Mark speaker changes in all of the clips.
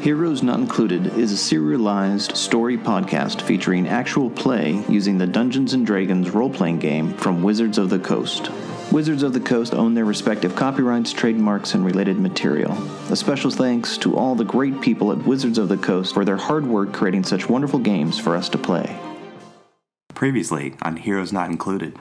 Speaker 1: Heroes Not Included is a serialized story podcast featuring actual play using the Dungeons and Dragons role playing game from Wizards of the Coast. Wizards of the Coast own their respective copyrights, trademarks, and related material. A special thanks to all the great people at Wizards of the Coast for their hard work creating such wonderful games for us to play.
Speaker 2: Previously on Heroes Not Included.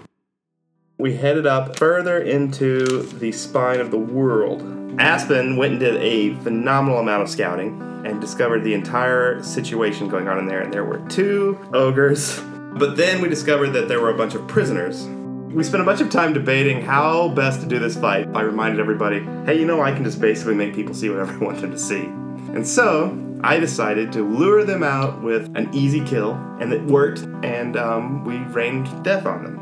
Speaker 3: We headed up further into the spine of the world. Aspen went and did a phenomenal amount of scouting and discovered the entire situation going on in there. And there were two ogres. But then we discovered that there were a bunch of prisoners. We spent a bunch of time debating how best to do this fight. I reminded everybody, hey, you know, I can just basically make people see whatever I want them to see. And so I decided to lure them out with an easy kill, and it worked, and um, we rained death on them.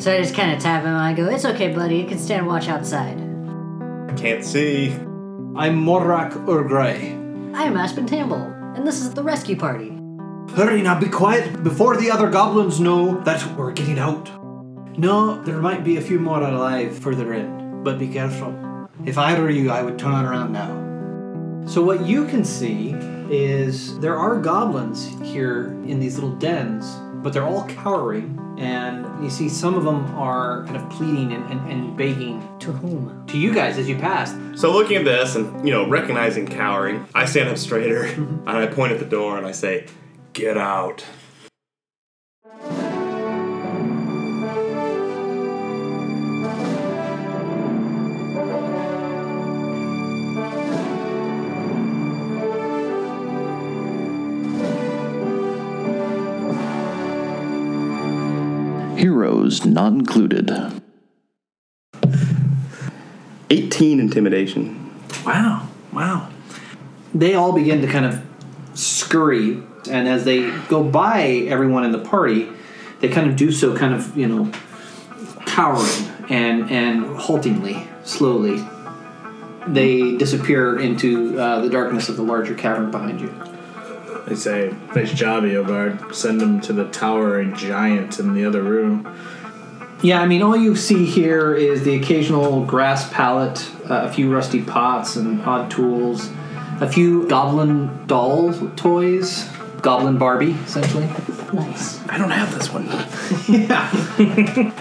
Speaker 4: So I just kind of tap him. I go, "It's okay, buddy. You can stand and watch outside."
Speaker 3: Can't see.
Speaker 5: I'm Morak Urgray.
Speaker 4: I am Aspen Tamble, and this is the rescue party.
Speaker 5: Hurry now, be quiet before the other goblins know that we're getting out. No, there might be a few more alive further in, but be careful. If I were you, I would turn around now. So, what you can see is there are goblins here in these little dens, but they're all cowering, and you see some of them are kind of pleading and, and, and begging
Speaker 4: To whom?
Speaker 5: to you guys as you pass.
Speaker 3: So looking at this and you know recognizing cowering, I stand up straighter and I point at the door and I say, "Get out."
Speaker 1: Heroes Not Included.
Speaker 3: 18 intimidation.
Speaker 5: Wow, Oh, wow. They all begin to kind of scurry, and as they go by everyone in the party, they kind of do so, kind of, you know, cowering and, and haltingly, slowly. They disappear into uh, the darkness of the larger cavern behind you.
Speaker 6: They say, nice job, Eobard. Send him to the towering giant in the other room.
Speaker 5: Yeah, I mean, all you see here is the occasional grass pallet, uh, a few rusty pots and odd tools, a few goblin doll toys, goblin Barbie, essentially.
Speaker 4: Nice.
Speaker 6: I don't have this one.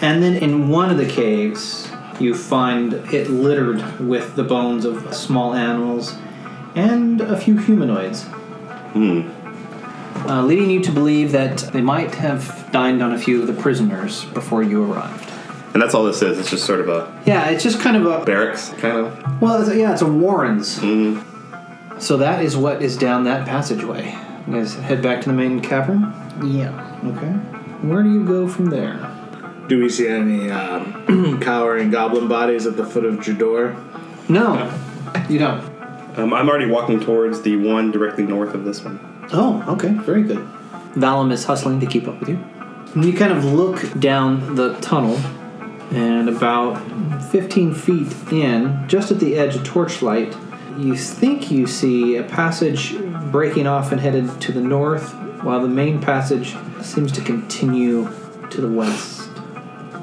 Speaker 5: And then in one of the caves, you find it littered with the bones of small animals and a few humanoids. Hmm. Uh, leading you to believe that they might have dined on a few of the prisoners before you arrived.
Speaker 3: And that's all this is. It's just sort of a
Speaker 5: Yeah, it's just kind of a
Speaker 3: barracks kind of.
Speaker 5: well, it's, yeah, it's a Warren's. So that is what is down that passageway. You guys head back to the main cavern.
Speaker 4: Yeah.
Speaker 5: Okay. Where do you go from there?
Speaker 6: Do we see any um, cowering goblin bodies at the foot of your door?
Speaker 5: No, you don't.
Speaker 3: Um, I'm already walking towards the one directly north of this one.
Speaker 5: Oh, okay, very good. Valum is hustling to keep up with you. And you kind of look down the tunnel, and about 15 feet in, just at the edge of torchlight, you think you see a passage breaking off and headed to the north, while the main passage seems to continue to the west.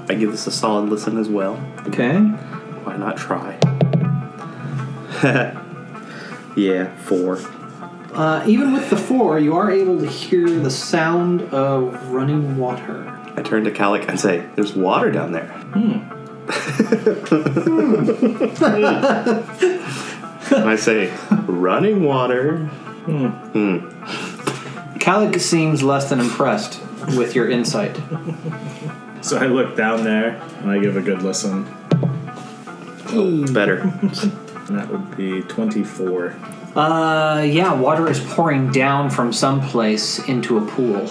Speaker 3: I give this a solid listen as well.
Speaker 5: Okay.
Speaker 3: Why not try? yeah, four.
Speaker 5: Uh, even with the four, you are able to hear the sound of running water.
Speaker 3: I turn to Calic and say, "There's water down there." Hmm. and I say, "Running water."
Speaker 5: Kalik seems less than impressed with your insight.
Speaker 6: So I look down there and I give a good listen.
Speaker 3: Better.
Speaker 6: And that would be 24.
Speaker 5: Uh, yeah, water is pouring down from someplace into a pool.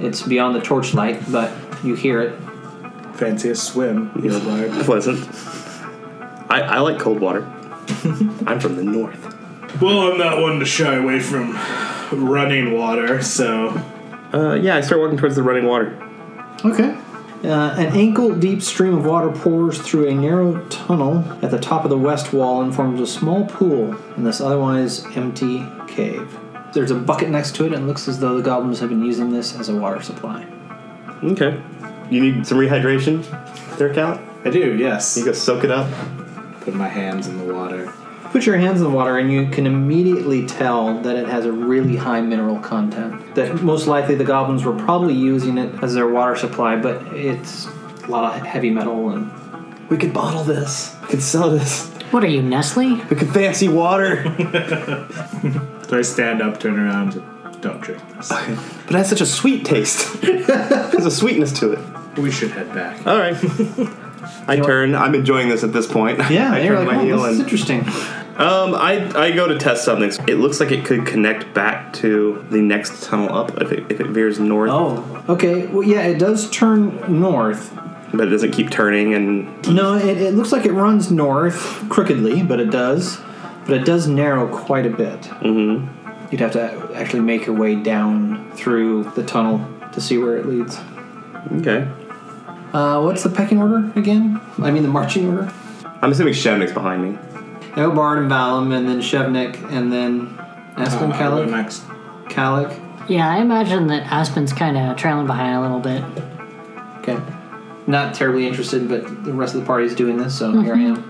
Speaker 5: It's beyond the torchlight, but you hear it.
Speaker 6: Fancy a swim, oh Eobard.
Speaker 3: pleasant. I, I like cold water. I'm from the north.
Speaker 6: well, I'm not one to shy away from running water, so.
Speaker 3: Uh, yeah, I start walking towards the running water.
Speaker 5: Okay. Uh, an ankle deep stream of water pours through a narrow tunnel at the top of the west wall and forms a small pool in this otherwise empty cave. There's a bucket next to it, and it looks as though the goblins have been using this as a water supply.
Speaker 3: Okay. You need some rehydration there, Cal?
Speaker 6: I do, yes.
Speaker 3: You go soak it up.
Speaker 6: Put my hands in the water.
Speaker 5: Put your hands in the water, and you can immediately tell that it has a really high mineral content. That most likely the goblins were probably using it as their water supply, but it's a lot of heavy metal and.
Speaker 7: We could bottle this. We could sell this.
Speaker 4: What are you, Nestle?
Speaker 7: We could fancy water.
Speaker 6: So I stand up, turn around, don't drink this.
Speaker 7: But it has such a sweet taste. There's a sweetness to it.
Speaker 6: We should head back.
Speaker 3: All right. I turn. I'm enjoying this at this point.
Speaker 5: Yeah,
Speaker 3: I
Speaker 5: they're
Speaker 3: turn
Speaker 5: like,
Speaker 3: my
Speaker 5: oh,
Speaker 3: heel
Speaker 5: this is
Speaker 3: and
Speaker 5: interesting.
Speaker 3: um, I I go to test something. It looks like it could connect back to the next tunnel up if it, if it veers north,
Speaker 5: Oh, okay. Well, yeah, it does turn north.
Speaker 3: but it doesn't keep turning. And
Speaker 5: No, it, it looks like it runs north crookedly, but it does. But it does narrow quite a bit. Mm-hmm. You'd have to actually make your way down through the tunnel to see where it leads.
Speaker 3: okay,
Speaker 5: Uh, what's the pecking order again? I mean, the marching order.
Speaker 3: I'm assuming Shevnik's behind me.
Speaker 5: Obard and Valum, and then Shevnik, and then Aspen,
Speaker 6: Uh, I'll go
Speaker 5: Kalik.
Speaker 6: next.
Speaker 5: Kalik.
Speaker 4: Yeah, I imagine that Aspen's kind of trailing behind a little bit.
Speaker 5: Okay. Not terribly interested, but the rest of the party's doing this, so here I
Speaker 4: Mm-hmm.
Speaker 5: am.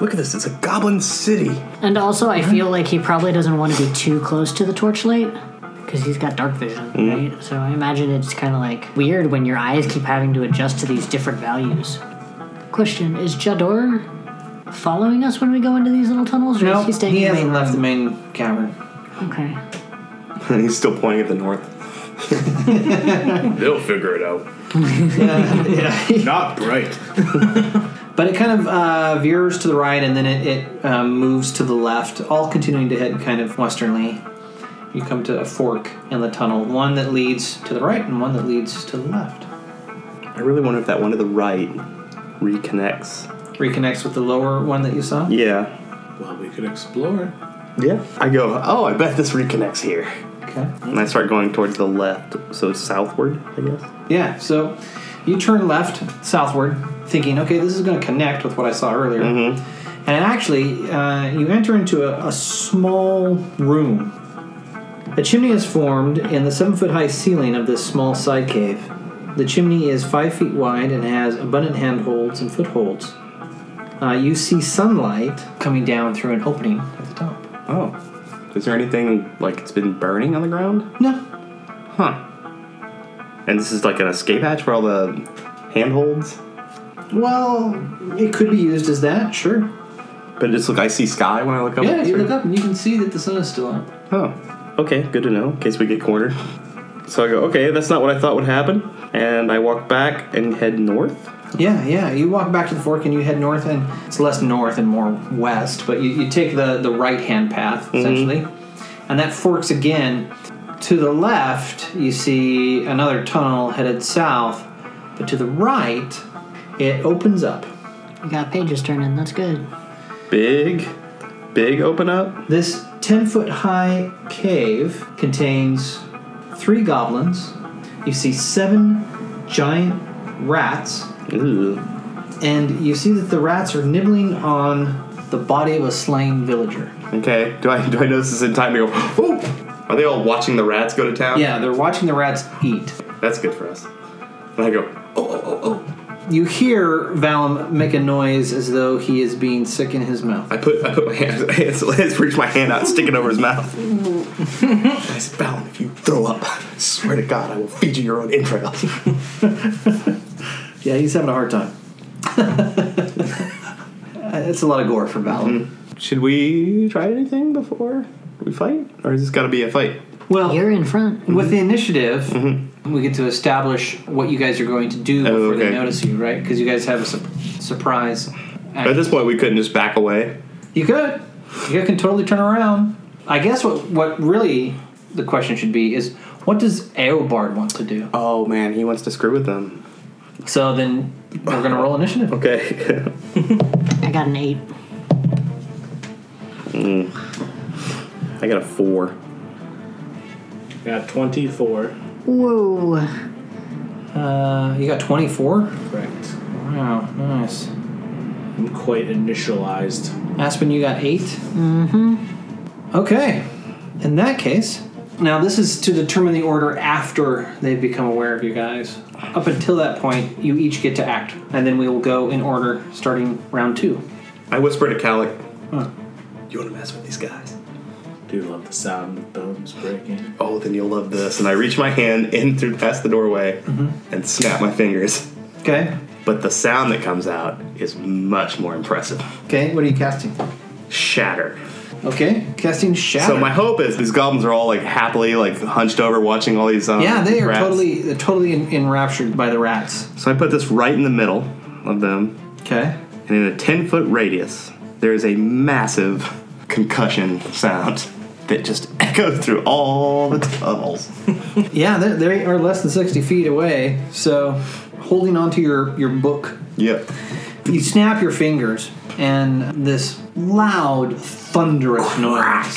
Speaker 7: Look at this. It's a goblin city.
Speaker 4: And also, I feel like he probably doesn't want to be too close to the torchlight because he's got dark vision, right? So I imagine it's kind of like weird when your eyes keep having to adjust to these different values. Question Is Jador following us when we go into these little tunnels? Or
Speaker 5: No,
Speaker 4: is he staying
Speaker 5: he
Speaker 4: in the main
Speaker 5: hasn't left the
Speaker 4: room?
Speaker 5: main cavern.
Speaker 4: Okay.
Speaker 3: And he's still pointing at the north. They'll figure it out.
Speaker 6: Not bright.
Speaker 5: But it kind of uh, veers to the right and then it, it um, moves to the left, all continuing to head kind of westernly. You come to a fork in the tunnel, one that leads to the right and one that leads to the left.
Speaker 3: I really wonder if that one to the right reconnects.
Speaker 5: Reconnects with the lower one that you saw.
Speaker 3: Yeah.
Speaker 6: Well, we could explore.
Speaker 3: Yeah. I go. Oh, I bet this reconnects here.
Speaker 5: Okay.
Speaker 3: And I start going towards the left, so southward, I guess.
Speaker 5: Yeah, so you turn left, southward, thinking, okay, this is going to connect with what I saw earlier. And actually, uh, you enter into a, a small room. A chimney is formed in the seven foot high ceiling of this small side cave. The chimney is five feet wide and has abundant handholds and footholds. Uh, you see sunlight coming down through an opening at the top.
Speaker 3: Oh. Is there anything like it's been burning on the ground?
Speaker 5: No,
Speaker 3: Huh. And this is like an escape hatch for all the handholds?
Speaker 5: well, it could be used as that, sure.
Speaker 3: But it's look I see sky when I look up.
Speaker 5: Yeah, you
Speaker 3: Sure.
Speaker 5: look up and you can see that the sun is still up.
Speaker 3: Oh. Okay, good to know, in case we get cornered. So I go, okay, that's not what I thought would happen. And I walk back and head north.
Speaker 5: Yeah, yeah. You walk back to the fork and you head north, and it's less north and more west, but you, you take the, the right hand path, essentially. And that forks again. To the left, you see another tunnel headed south, but to the right, it opens up.
Speaker 4: We got pages turning. That's good.
Speaker 3: Big, big open up.
Speaker 5: This 10 foot high cave contains three goblins. You see seven giant rats
Speaker 3: Ooh.
Speaker 5: and you see that the rats are nibbling on the body of a slain villager.
Speaker 3: Okay. Do I do I notice this in time to go? Oh, are they all watching the rats go to town?
Speaker 5: Yeah, they're watching the rats eat.
Speaker 3: That's good for us. And I go. Oh, oh, oh, oh.
Speaker 5: You hear Valum make a noise as though he is being sick in his mouth.
Speaker 3: I put I put my hand. Hands, hands reach my hand out, stick it over his mouth. I said, "Fallon, if you throw up, I swear to God, I will feed you your own entrails.
Speaker 5: Yeah, he's having a hard time. it's a lot of gore for Valum.
Speaker 3: Should we try anything before we fight, or is this got to be a fight?
Speaker 5: Well,
Speaker 4: You're in front.
Speaker 5: with the initiative, we get to establish what you guys are going to do before
Speaker 3: Oh,
Speaker 5: they
Speaker 3: okay.
Speaker 5: notice you, right? Because you guys have a su- surprise.
Speaker 3: At this point, we couldn't just back away.
Speaker 5: You could. You can totally turn around. I guess what what really the question should be is what does Aobard want to do?
Speaker 3: Oh man, he wants to screw with them.
Speaker 5: So then we're gonna roll initiative.
Speaker 3: Okay.
Speaker 4: I got an eight.
Speaker 3: I got a four.
Speaker 6: Got 24.
Speaker 4: Whoa.
Speaker 5: Uh, you got twenty four.
Speaker 6: Correct.
Speaker 5: Wow, nice.
Speaker 6: I'm quite initialized.
Speaker 5: Aspen, you got eight. Mm-hmm. Okay. In that case, now this is to determine the order after they've become aware of you guys. Up until that point, you each get to act, and then we will go in order starting round two.
Speaker 3: I whisper to Calic,
Speaker 8: You want to mess with these guys?
Speaker 6: Do love the sound of bones breaking.
Speaker 3: "Oh, then you'll love this." And I reach my hand in through past the doorway
Speaker 5: Mm-hmm.
Speaker 3: and snap my fingers.
Speaker 5: Okay.
Speaker 3: But the sound that comes out is much more impressive.
Speaker 5: Okay. What are you casting?
Speaker 3: Shatter.
Speaker 5: Okay. Casting shadow.
Speaker 3: So my hope is these goblins are all like happily like hunched over watching all these. Um,
Speaker 5: yeah, they are
Speaker 3: rats.
Speaker 5: totally they're totally en- enraptured by the rats.
Speaker 3: So I put this right in the middle of them,
Speaker 5: Okay.
Speaker 3: and in a ten foot radius, there is a massive concussion sound that just echoes through all the tunnels.
Speaker 5: Yeah, they, they are less than sixty feet away. So, holding onto your your book,
Speaker 3: yep.
Speaker 5: you snap your fingers, and this loud thunderous noise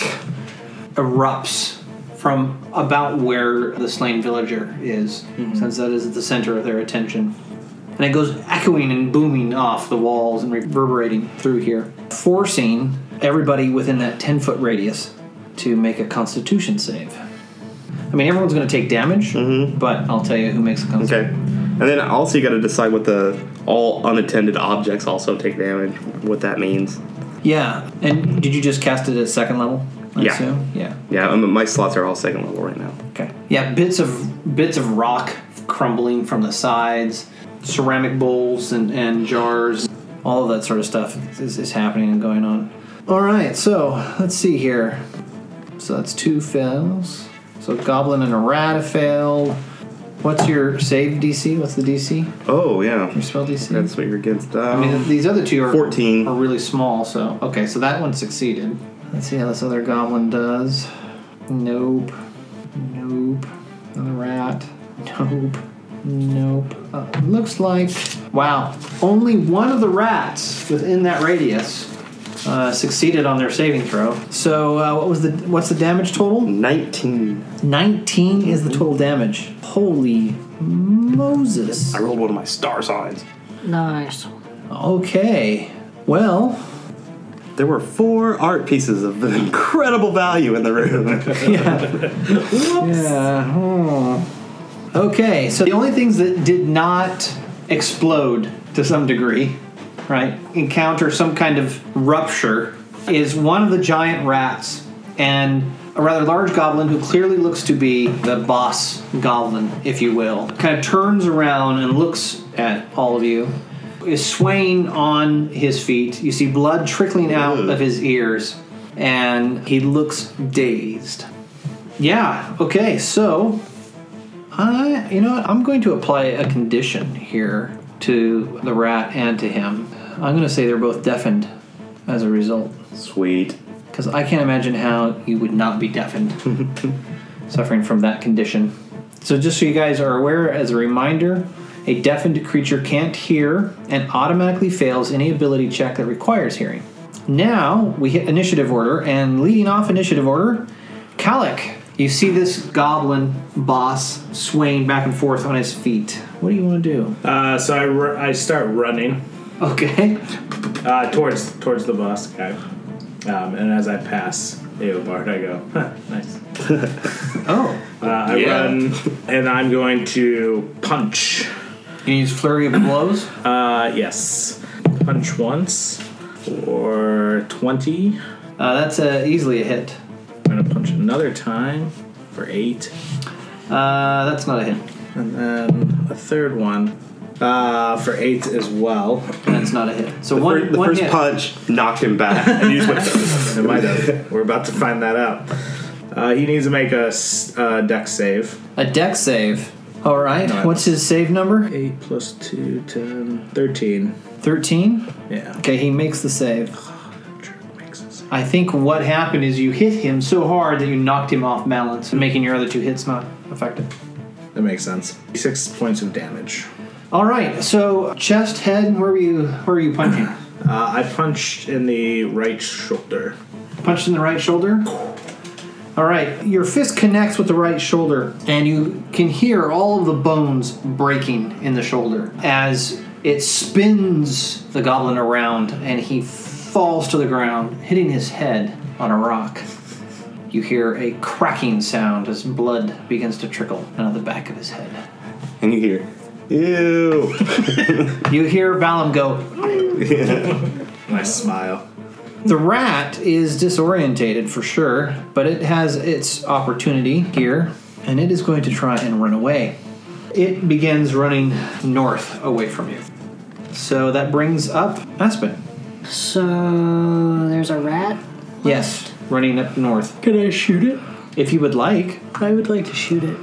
Speaker 5: erupts from about where the slain villager is, since that is at the center of their attention. And it goes echoing and booming off the walls and reverberating through here, forcing everybody within that 10 foot radius to make a constitution save. I mean, everyone's going to take damage, but I'll tell you who makes a constitution.
Speaker 3: Okay. And then also you got to decide what the all unattended objects also take damage. What that means.
Speaker 5: Yeah. And did you just cast it at second level? I
Speaker 3: Yeah.
Speaker 5: Assume? Yeah.
Speaker 3: Yeah, I mean, my slots are all second level right now.
Speaker 5: Okay. Yeah, bits of bits of rock crumbling from the sides, ceramic bowls and, and jars, all of that sort of stuff is, is happening and going on. All right, so let's see here. So that's two fails. So goblin and a rat have failed. What's your save DC? What's the DC?
Speaker 3: Oh yeah,
Speaker 5: Your spell DC?
Speaker 3: that's what you're against.
Speaker 5: I mean,
Speaker 3: Um,
Speaker 5: these other two are
Speaker 3: 14.
Speaker 5: are really small. So okay, so that one succeeded. Let's see how this other goblin does. Nope. Nope. Another rat. Nope. Nope. Uh, looks like wow. Only one of the rats within that radius uh, succeeded on their saving throw. So uh, what was the what's the damage total?
Speaker 3: nineteen.
Speaker 5: 19 is the total damage. Holy Moses.
Speaker 3: I rolled one of my star signs.
Speaker 4: Nice.
Speaker 5: Okay. Well,
Speaker 3: There were four art pieces of incredible value in the room.
Speaker 5: Yeah. hmm. Okay, so the only things that did not explode to some degree, right, encounter some kind of rupture is one of the giant rats and a rather large goblin who clearly looks to be the boss goblin, if you will, kind of turns around and looks at all of you, is swaying on his feet. You see blood trickling out of his ears, and he looks dazed. Yeah. Okay. So, I you know what? I'm going to apply a condition here to the rat and to him. I'm going to say they're both deafened as a result,
Speaker 3: Sweet.
Speaker 5: because I can't imagine how you would not be deafened suffering from that condition. So, just so you guys are aware, as a reminder, a deafened creature can't hear and automatically fails any ability check that requires hearing. Now we hit initiative order, and leading off initiative order, Kalik. You see this goblin boss swaying back and forth on his feet. What do you want to do?
Speaker 6: Uh, so I, ru- I start running
Speaker 5: Okay.
Speaker 6: uh, towards towards the boss guy, um, and as I pass Eobard, I go, huh, nice.
Speaker 5: Oh.
Speaker 6: Uh, I
Speaker 3: Yeah.
Speaker 6: run, and I'm going to punch.
Speaker 5: You use flurry of blows.
Speaker 6: Uh, yes, punch once for twenty.
Speaker 5: Uh, that's uh, easily a hit.
Speaker 6: I'm gonna punch another time for eight,
Speaker 5: Uh, that's not a hit.
Speaker 6: and then a third one uh, for eight as well.
Speaker 5: That's not a hit. So
Speaker 3: The,
Speaker 5: one,
Speaker 3: fir- the
Speaker 5: one
Speaker 3: first
Speaker 5: hit.
Speaker 3: punch knocked him back, and he just went.
Speaker 6: It might have. We're about to find that out. Uh, he needs to make a s- uh, deck save.
Speaker 5: A deck save. All right.
Speaker 6: Nice.
Speaker 5: What's his save number?
Speaker 6: 8 plus 2, 10, 13.
Speaker 5: 13.
Speaker 6: Yeah.
Speaker 5: Okay, he makes the save.
Speaker 6: Makes it
Speaker 5: I think what happened is you hit him so hard that you knocked him off balance, making your other two hits not effective.
Speaker 6: That makes sense. Six points of damage.
Speaker 5: All right. So chest, head. Where were you? Where were you punching?
Speaker 6: Uh, I punched in the right shoulder.
Speaker 5: Punched in the right shoulder. All right. Your fist connects with the right shoulder, and you can hear all of the bones breaking in the shoulder as it spins the goblin around, and he falls to the ground, hitting his head on a rock. You hear a cracking sound as blood begins to trickle out of the back of his head.
Speaker 3: and you hear, ew.
Speaker 5: You hear Valum go,
Speaker 6: And I smile.
Speaker 5: The rat is disorientated for sure, but it has its opportunity here, and it is going to try and run away. It begins running north away from you. So that brings up Aspen.
Speaker 4: So there's a rat.
Speaker 5: Yes, running up north.
Speaker 4: Can I shoot it?
Speaker 5: If you would like,
Speaker 4: I would like to shoot it.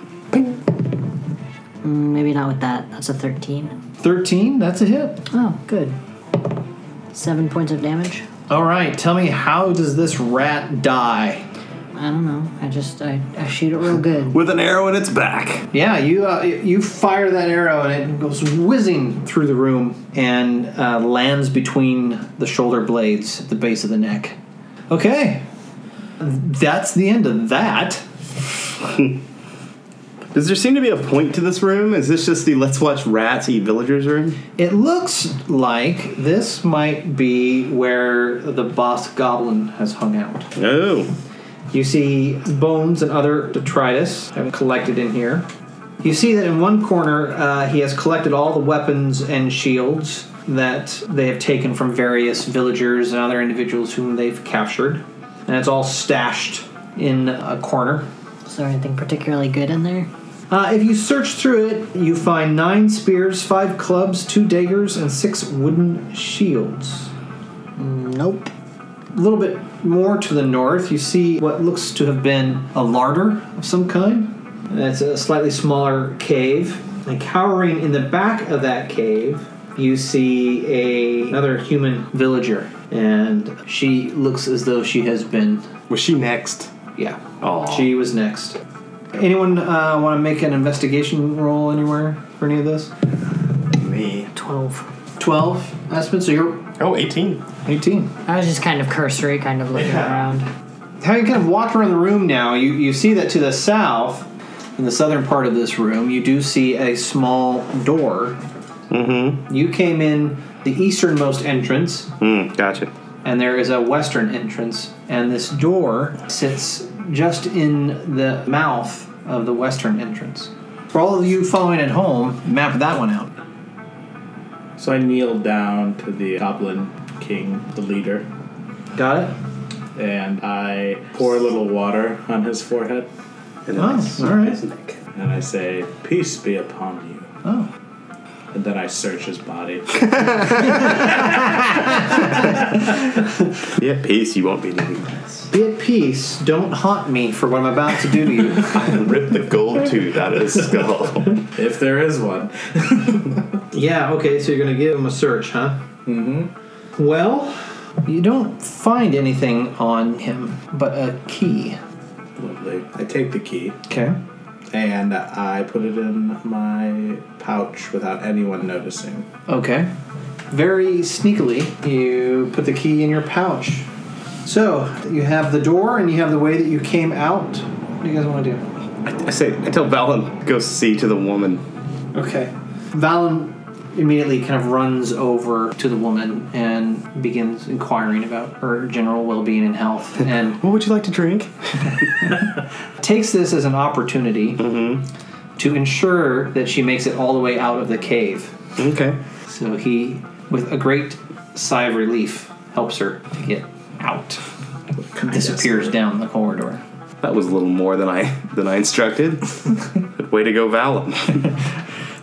Speaker 4: Mm, Maybe not with that. That's a 13.
Speaker 5: 13, that's a hit.
Speaker 4: Oh, good. Seven points of damage.
Speaker 5: All right, tell me how does this rat die?
Speaker 4: I don't know. I just I, I shoot it real good.
Speaker 7: With an arrow in its back.
Speaker 5: Yeah, you uh, you fire that arrow and it goes whizzing through the room and uh, lands between the shoulder blades at the base of the neck. Okay, that's the end of that.
Speaker 7: Does there seem to be a point to this room? Is this just the let's watch rats eat villagers room?
Speaker 5: It looks like this might be where the boss goblin has hung out.
Speaker 7: Oh.
Speaker 5: You see bones and other detritus have collected in here. You see that in one corner, uh, he has collected all the weapons and shields that they have taken from various villagers and other individuals whom they've captured. And it's all stashed in a corner.
Speaker 4: Is there anything particularly good in there?
Speaker 5: Uh, if you search through it, you find nine spears, five clubs, two daggers, and six wooden shields.
Speaker 4: Nope.
Speaker 5: A little bit more to the north, you see what looks to have been a larder of some kind. And It's a slightly smaller cave. And cowering in the back of that cave, you see a, another human villager. And she looks as though she has been.
Speaker 7: Was she next?
Speaker 5: Yeah.
Speaker 7: Aw.
Speaker 5: She was next. Anyone uh, want to make an investigation roll anywhere for any of this?
Speaker 3: Me.
Speaker 4: 12.
Speaker 5: 12, Aspen, so you're
Speaker 3: Oh, 18.
Speaker 5: 18.
Speaker 4: I was just kind of cursory, kind of looking around.
Speaker 5: having kind of walked around the room now, you, you see that to the south, in the southern part of this room, you do see a small door. Mm-hmm. You came in the easternmost entrance,
Speaker 7: Hmm,
Speaker 3: Mm, gotcha.
Speaker 5: and there is a western entrance, and this door sits just in the mouth of the western entrance. For all of you following at home, map that one out.
Speaker 6: So I kneel down to the goblin king, the leader,
Speaker 5: Got it?
Speaker 6: and I pour a little water on his forehead,
Speaker 5: Oh, all right.
Speaker 6: and I say, "Peace be upon you."
Speaker 5: Oh.
Speaker 6: And then I search his body.
Speaker 7: Yeah, peace, you won't be needing this.
Speaker 5: Be at peace. Don't haunt me for what I'm about to do to you.
Speaker 7: Rip the gold tooth out of his skull.
Speaker 6: if there is one.
Speaker 5: Yeah, okay, so you're gonna give him a search, huh? Mm-hmm. Well, you don't find anything on him but a key.
Speaker 6: Lovely. I take the key
Speaker 5: Okay.
Speaker 6: and I put it in my pouch without anyone noticing.
Speaker 5: Okay. Very sneakily, you put the key in your pouch. So, you have the door and you have the way that you came out. What do you guys want to do?
Speaker 7: I say, I tell Valen, go see to the woman.
Speaker 5: Okay. Valen immediately kind of runs over to the woman and begins inquiring about her general well being and health. And
Speaker 7: What would you like to drink?
Speaker 5: takes this as an opportunity to ensure that she makes it all the way out of the cave.
Speaker 7: Okay.
Speaker 5: So he, with a great sigh of relief, helps her to get out. Disappears down the corridor.
Speaker 7: That was a little more than I than I instructed. Way to go, Valen.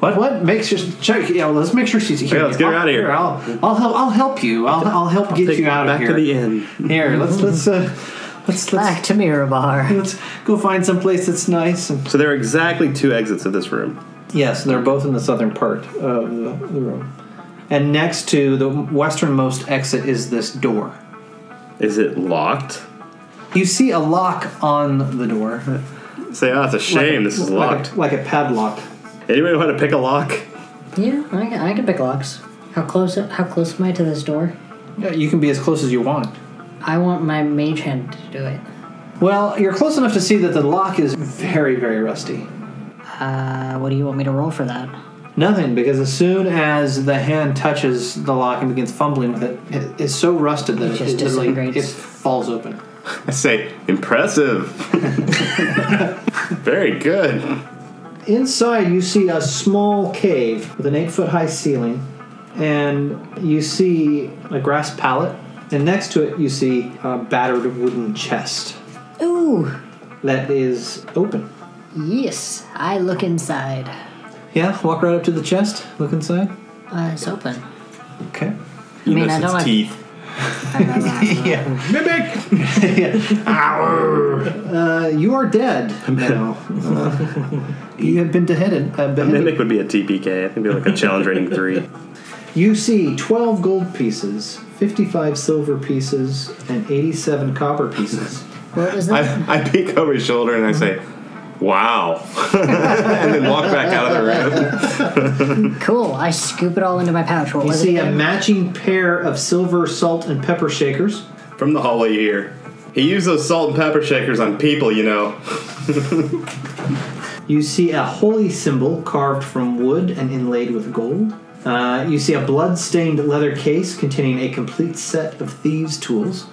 Speaker 5: What? What makes you check? Yeah, well, let's make sure she's here.
Speaker 7: Yeah, let's get her
Speaker 5: I'll-
Speaker 7: out of here.
Speaker 5: I'll, I'll help. I'll help you. I'll, I'll help get you out
Speaker 7: Back
Speaker 5: of here.
Speaker 7: to the inn.
Speaker 5: Here, let's let's uh, let's
Speaker 4: Back
Speaker 5: let's,
Speaker 4: to Mirabar.
Speaker 5: let's go find some place that's nice. And
Speaker 7: So there are exactly two exits of this room.
Speaker 5: Yes, they're both in the southern part of the, the room. And next to the westernmost exit is this door.
Speaker 7: Is it locked?
Speaker 5: You see a lock on the door.
Speaker 7: Say, oh, it's a shame. this is
Speaker 5: Like a-
Speaker 7: locked.
Speaker 5: Like a, padlock.
Speaker 7: Anybody want to pick a lock?
Speaker 4: Yeah, I can, I can pick locks. How close? How close am I to this door?
Speaker 5: Yeah, You can be as close as you want.
Speaker 4: I want my mage hand to do it.
Speaker 5: Well, you're close enough to see that the lock is very, very rusty.
Speaker 4: Uh, what do you want me to roll for that?
Speaker 5: Nothing, because as soon as the hand touches the lock and begins fumbling with it, it is so rusted that
Speaker 4: It
Speaker 5: it,
Speaker 4: just
Speaker 5: it literally-
Speaker 4: disintegrates.
Speaker 5: it falls open.
Speaker 7: I say, impressive. Very good.
Speaker 5: Inside, you see a small cave with an eight foot high ceiling and you see a grass pallet, and next to it you see a battered wooden chest
Speaker 4: Ooh,
Speaker 5: that is open.
Speaker 4: yes. I look inside.
Speaker 5: Yeah, walk right up to the chest, look inside.
Speaker 4: Uh, it's open.
Speaker 5: Okay.
Speaker 4: I mean, I don't like.
Speaker 2: teeth.
Speaker 5: Yeah. Mimic! Uh, you are dead now. Uh, you have been beheaded. Uh, beheaded.
Speaker 3: Mimic would be a TPK. I think it'd be like a challenge rating three.
Speaker 5: You see 12 gold pieces, 55 silver pieces, and 87 copper pieces.
Speaker 4: What was that?
Speaker 7: I, I peek over his shoulder and I say, "Wow," and then walk back out of the room.
Speaker 4: Cool. I scoop it all into my pouch. What
Speaker 5: You
Speaker 4: was
Speaker 5: see
Speaker 4: it?
Speaker 5: a
Speaker 4: again?
Speaker 5: matching pair of silver salt and pepper shakers.
Speaker 7: From the hallway you hear,
Speaker 3: He used those salt and pepper shakers on people, you know.
Speaker 5: You see a holy symbol carved from wood and inlaid with gold. Uh, you see a blood-stained leather case containing a complete set of thieves' tools.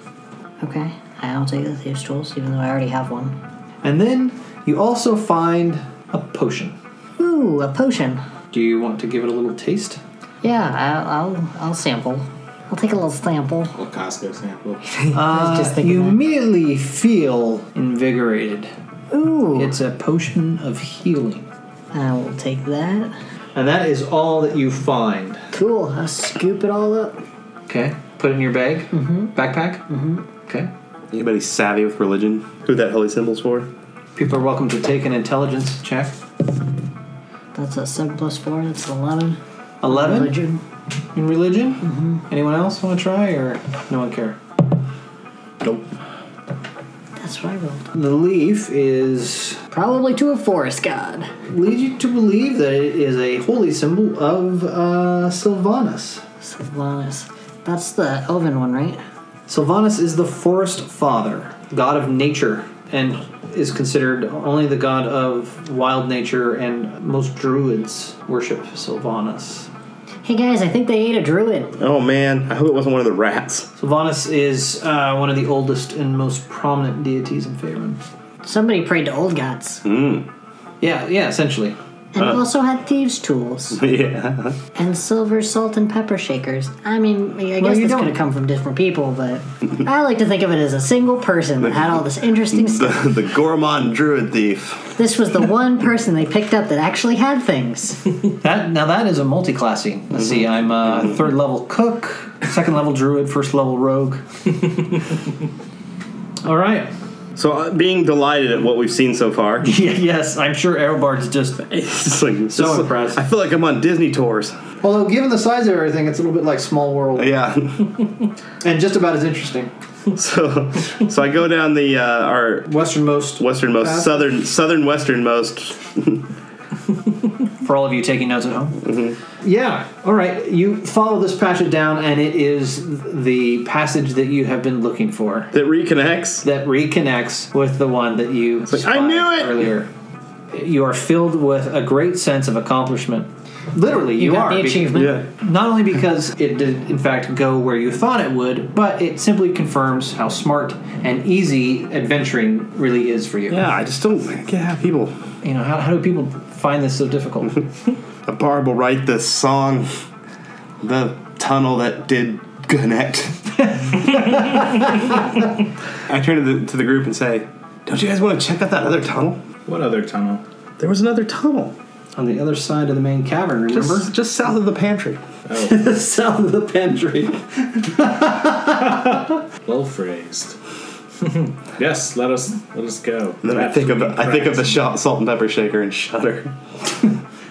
Speaker 4: Okay. I'll take the thieves' tools, even though I already have one.
Speaker 5: And then you also find a potion.
Speaker 4: Ooh, a potion.
Speaker 5: Do you want to give it a little taste?
Speaker 4: Yeah, I'll I'll, I'll sample. I'll take a little sample.
Speaker 6: A Costco sample.
Speaker 4: I was just thinking
Speaker 5: Uh, You
Speaker 4: that.
Speaker 5: immediately feel invigorated.
Speaker 4: Ooh,
Speaker 5: It's a potion of healing.
Speaker 4: I will take that.
Speaker 5: And that is all that you find.
Speaker 4: Cool. I'll scoop it all up.
Speaker 5: Okay. Put it in your bag, mm-hmm. backpack. Mm-hmm. Okay.
Speaker 3: Anybody savvy with religion? Who that holy symbol's for?
Speaker 5: People are welcome to take an intelligence check.
Speaker 4: That's a seven plus four. That's an eleven.
Speaker 5: 11
Speaker 4: Religion.
Speaker 5: in religion. Anyone else want to try or no one care?
Speaker 4: That's what I rolled.
Speaker 5: The leaf is
Speaker 4: Probably to a forest god.
Speaker 5: leads you to believe that it is a holy symbol of uh, Sylvanus.
Speaker 4: Sylvanas. That's the elven one, right?
Speaker 5: Sylvanus is the forest father, god of nature, and is considered only the god of wild nature, and most druids worship Sylvanus.
Speaker 4: Hey guys, I think they ate a druid.
Speaker 3: Oh man, I hope it wasn't one of the rats.
Speaker 5: Sylvanus is uh, one of the oldest and most prominent deities in Faerun.
Speaker 4: Somebody prayed to old gods.
Speaker 5: Hmm? Yeah, yeah, essentially.
Speaker 4: And also had thieves' tools.
Speaker 3: yeah.
Speaker 4: and silver salt and pepper shakers. I mean, I
Speaker 5: Well,
Speaker 4: guess
Speaker 5: you
Speaker 4: it's
Speaker 5: don't-
Speaker 4: going to come from different people, but I like to think of it as a single person that had all this interesting
Speaker 7: the,
Speaker 4: stuff.
Speaker 7: the Gormon Druid Thief.
Speaker 4: This was the one person they picked up that actually had things.
Speaker 5: That now that is a multi-classing. Let's see, I'm a third level cook, second level druid, first level rogue. All right.
Speaker 3: So uh, being delighted at what we've seen so far.
Speaker 5: Yeah, yes, I'm sure Aerobard's just
Speaker 3: It's just like, it's just like-
Speaker 5: impressed.
Speaker 3: I feel like I'm on Disney tours.
Speaker 5: Although, given the size of everything, it's a little bit like Small World,
Speaker 3: Yeah.
Speaker 5: and just about as interesting.
Speaker 3: so so I go down the uh, our
Speaker 5: Westernmost.
Speaker 3: westernmost
Speaker 5: Path.
Speaker 3: southern southern westernmost.
Speaker 5: For all of you taking notes at home.
Speaker 3: Mm-hmm.
Speaker 5: Yeah. All right. You follow this passage down, and it is the passage that you have been looking for
Speaker 3: that reconnects.
Speaker 5: that reconnects with the one that you.
Speaker 3: like, I
Speaker 5: spied
Speaker 3: knew it!
Speaker 5: earlier. You are filled with a great sense of accomplishment. Literally, you,
Speaker 4: got
Speaker 5: are
Speaker 4: the
Speaker 5: be-
Speaker 4: achievement.
Speaker 3: Yeah.
Speaker 5: Not only because it did, in fact, go where you thought it would, but it simply confirms how smart and easy adventuring really is for you.
Speaker 3: Yeah, I just don't get how people.
Speaker 5: You know, how, how do people find this so difficult?
Speaker 7: A barb will write the song, the tunnel that did connect.
Speaker 3: I turn to the, to the group and say, "Don't you guys want to check out that other tunnel?
Speaker 6: What other tunnel?
Speaker 3: There was another tunnel
Speaker 5: On the other side of the main cavern, remember?
Speaker 3: just, just south of the pantry."
Speaker 6: Oh,
Speaker 5: south of the pantry.
Speaker 6: well phrased. yes, let us let us go.
Speaker 7: And then I think of the, I think of the shot, salt and pepper shaker and shudder.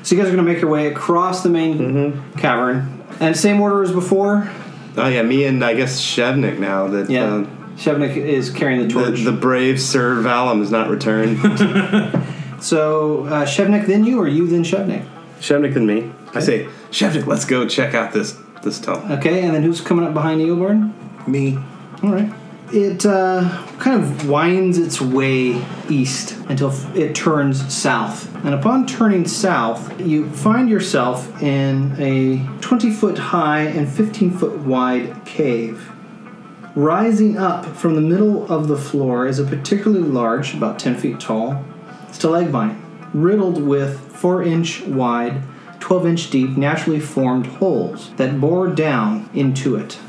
Speaker 5: So you guys are going to make your way across the main Mm-hmm. cavern. And same order as before.
Speaker 7: Oh yeah, me and I guess Shevnik now that
Speaker 5: Yeah.
Speaker 7: uh,
Speaker 5: Shevnik is carrying
Speaker 7: the,
Speaker 5: the torch.
Speaker 7: the brave Sir Valum is not returned.
Speaker 5: so uh, Shevnik, then you, or you, then Shevnik.
Speaker 3: Shemnik than me.
Speaker 7: I say, Shevnik, let's go check out this this tunnel.
Speaker 5: Okay, and then who's coming up behind Eobard?
Speaker 7: Me.
Speaker 5: All right. It uh, kind of winds its way east until f- it turns south. And upon turning south, you find yourself in a 20 foot high and 15 foot wide cave. Rising up from the middle of the floor is a particularly large, about 10 feet tall, stalagmite riddled with 4 inch wide, 12 inch deep, naturally formed holes that bore down into it.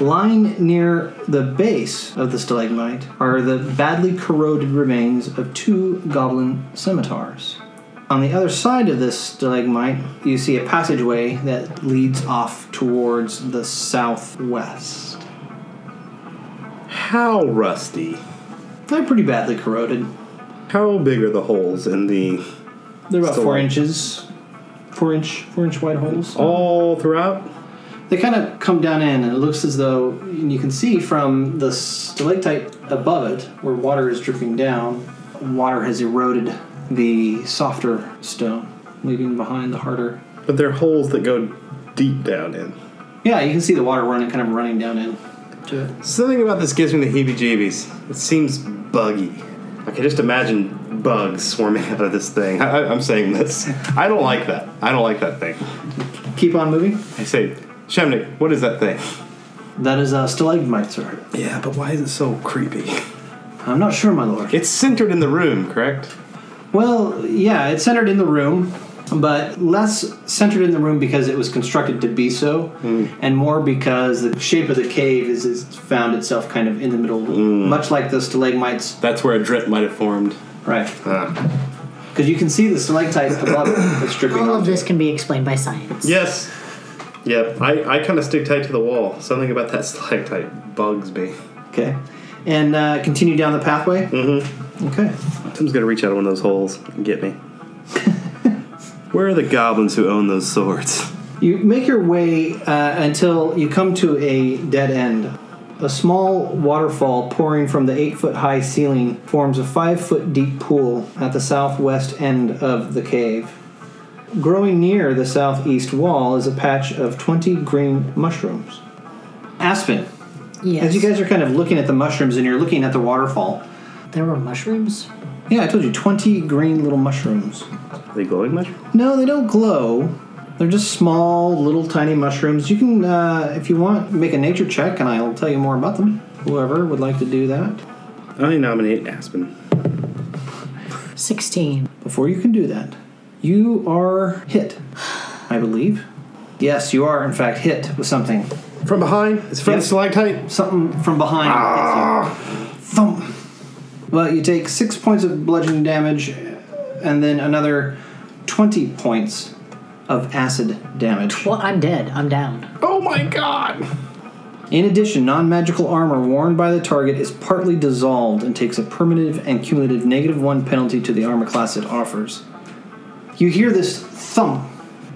Speaker 5: Lying near the base of the stalagmite are the badly corroded remains of two goblin scimitars. On the other side of this stalagmite, you see a passageway that leads off towards the southwest.
Speaker 3: How rusty?
Speaker 5: They're pretty badly corroded.
Speaker 3: How big are the holes in the
Speaker 5: They're about four
Speaker 3: Stalagmite.
Speaker 5: inches, four inch, four inch wide holes.
Speaker 3: all throughout?
Speaker 5: Oh. they kind of come down in, and it looks as though and you can see from the stalactite above it, where water is dripping down, water has eroded the softer stone, leaving behind the harder.
Speaker 3: But they're holes that go deep down in.
Speaker 5: Yeah, you can see the water running, kind of running down in. To it.
Speaker 3: Something about this gives me the heebie-jeebies. It seems buggy. I can just imagine bugs swarming out of this thing. I, I, I'm saying this. I don't like that. I don't like that thing.
Speaker 5: Keep on moving.
Speaker 3: I say, Shemnik, what is that thing?
Speaker 5: That is uh, a stalagmite, sir.
Speaker 3: Yeah, but why is it so creepy?
Speaker 5: I'm not sure, my lord.
Speaker 3: It's centered in the room, correct?
Speaker 5: Well, yeah, it's centered in the room, but less centered in the room because it was constructed to be so, and more because the shape of the cave is, is found itself kind of in the middle, much like the stalagmites.
Speaker 7: That's where a drip might have formed.
Speaker 5: Right. Because you can see the stalactites above it that's dripping
Speaker 4: All
Speaker 5: off.
Speaker 4: of this can be explained by science.
Speaker 3: Yes. Yep. I, I kind of stick tight to the wall. Something about that stalactite bugs me.
Speaker 5: Okay. And uh, continue down the pathway? Mm-hmm. Okay.
Speaker 3: Tim's gonna reach out of one of those holes and get me. Where are the goblins who own those swords?
Speaker 5: You make your way uh, until you come to a dead end. A small waterfall pouring from the eight foot high ceiling forms a five foot deep pool at the southwest end of the cave. Growing near the southeast wall is a patch of 20 green mushrooms. Aspen,
Speaker 4: Yes.
Speaker 5: as you guys are kind of looking at the mushrooms and you're looking at the waterfall,
Speaker 4: there were mushrooms.
Speaker 5: yeah, I told you 20 green little mushrooms.
Speaker 3: Are they glowing mushrooms?
Speaker 5: No, they don't glow. They're just small, little, tiny mushrooms. You can, uh, if you want, make a nature check, and I'll tell you more about them. Whoever would like to do that.
Speaker 3: I nominate Aspen.
Speaker 4: 16.
Speaker 5: Before you can do that, you are hit, I believe. Yes, you are, in fact, hit with something.
Speaker 3: From behind? It's from
Speaker 5: Yep.
Speaker 3: the stalactite?
Speaker 5: Something from behind. hits you. Thump. Well, you take six points of bludgeoning damage, and then another 20 points of acid damage.
Speaker 4: Well, I'm dead. I'm down.
Speaker 3: Oh my god!
Speaker 5: In addition, non magical armor worn by the target is partly dissolved and takes a permanent and cumulative negative one penalty to the armor class it offers. You hear this thump,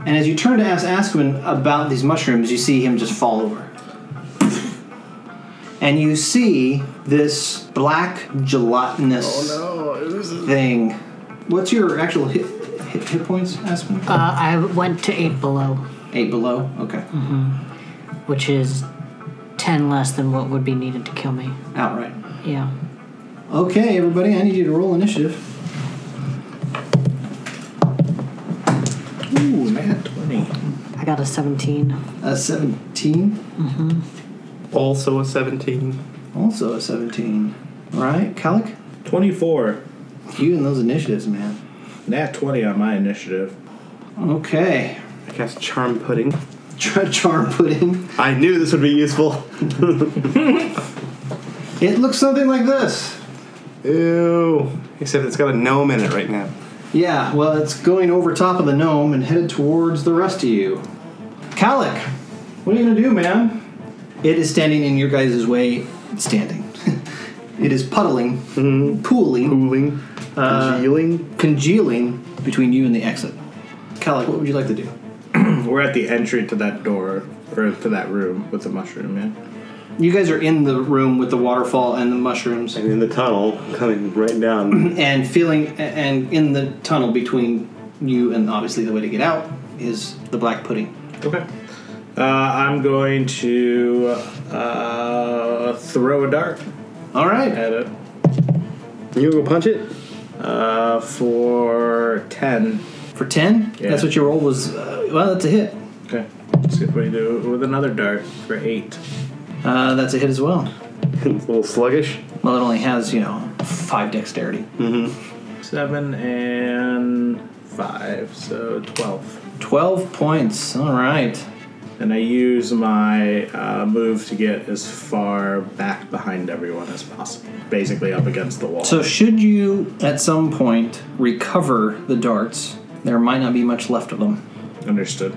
Speaker 5: and as you turn to ask Aspen about these mushrooms, you see him just fall over. And you see this black gelatinous
Speaker 3: Oh,
Speaker 5: thing. What's your actual hit, hit, hit points, Aspen?
Speaker 4: Uh, I went to 8 below,
Speaker 5: Eight below? Okay.
Speaker 4: which is 10 less than what would be needed to kill me.
Speaker 5: Outright.
Speaker 4: Yeah.
Speaker 5: Okay, everybody, I need you to roll initiative.
Speaker 6: Ooh, Matt, 20.
Speaker 4: I got a 17.
Speaker 5: A 17.
Speaker 3: Also a 17.
Speaker 5: Also a 17. Right, Kalik?
Speaker 6: 24.
Speaker 5: You and those initiatives, man.
Speaker 6: Nat 20 on my initiative.
Speaker 5: Okay.
Speaker 3: I cast Charm Pudding.
Speaker 5: Char- Charm pudding.
Speaker 3: I knew this would be useful.
Speaker 5: It looks something like this.
Speaker 3: Ew. Except it's got a gnome in it right now.
Speaker 5: Yeah, well, it's going over top of the gnome and headed towards the rest of you. Kalik, what are you going to do, man? It is standing in your guys' way. Standing. it is puddling, pooling,
Speaker 3: Cooling.
Speaker 5: Uh,
Speaker 3: Congealing.
Speaker 5: congealing between you and the exit. Kalik, what would you like to do?
Speaker 6: We're at the entry to that door, or to that room with the mushroom, yeah.
Speaker 5: You guys are in the room with the waterfall and the mushrooms.
Speaker 7: And in the tunnel, coming right down.
Speaker 5: and feeling and in the tunnel between you and obviously the way to get out is the black pudding.
Speaker 6: Okay. Uh, I'm going to uh, throw a dart
Speaker 5: All right,
Speaker 6: at it
Speaker 3: You gonna go punch it?
Speaker 6: uh, for 10.
Speaker 5: for ten,
Speaker 6: Yeah.
Speaker 5: that's what your roll was. Uh, well, that's a hit.
Speaker 6: Okay. Let's see what you do with another dart for 8.
Speaker 5: Uh, that's a hit as well.
Speaker 3: it's a little sluggish.
Speaker 5: Well, it only has you know five dexterity.
Speaker 6: 7 and 5, so 12.
Speaker 5: 12 points. All right.
Speaker 6: And I use my uh, move to get as far back behind everyone as possible, basically up against the wall.
Speaker 5: So, should you at some point recover the darts, there might not be much left of them.
Speaker 6: Understood.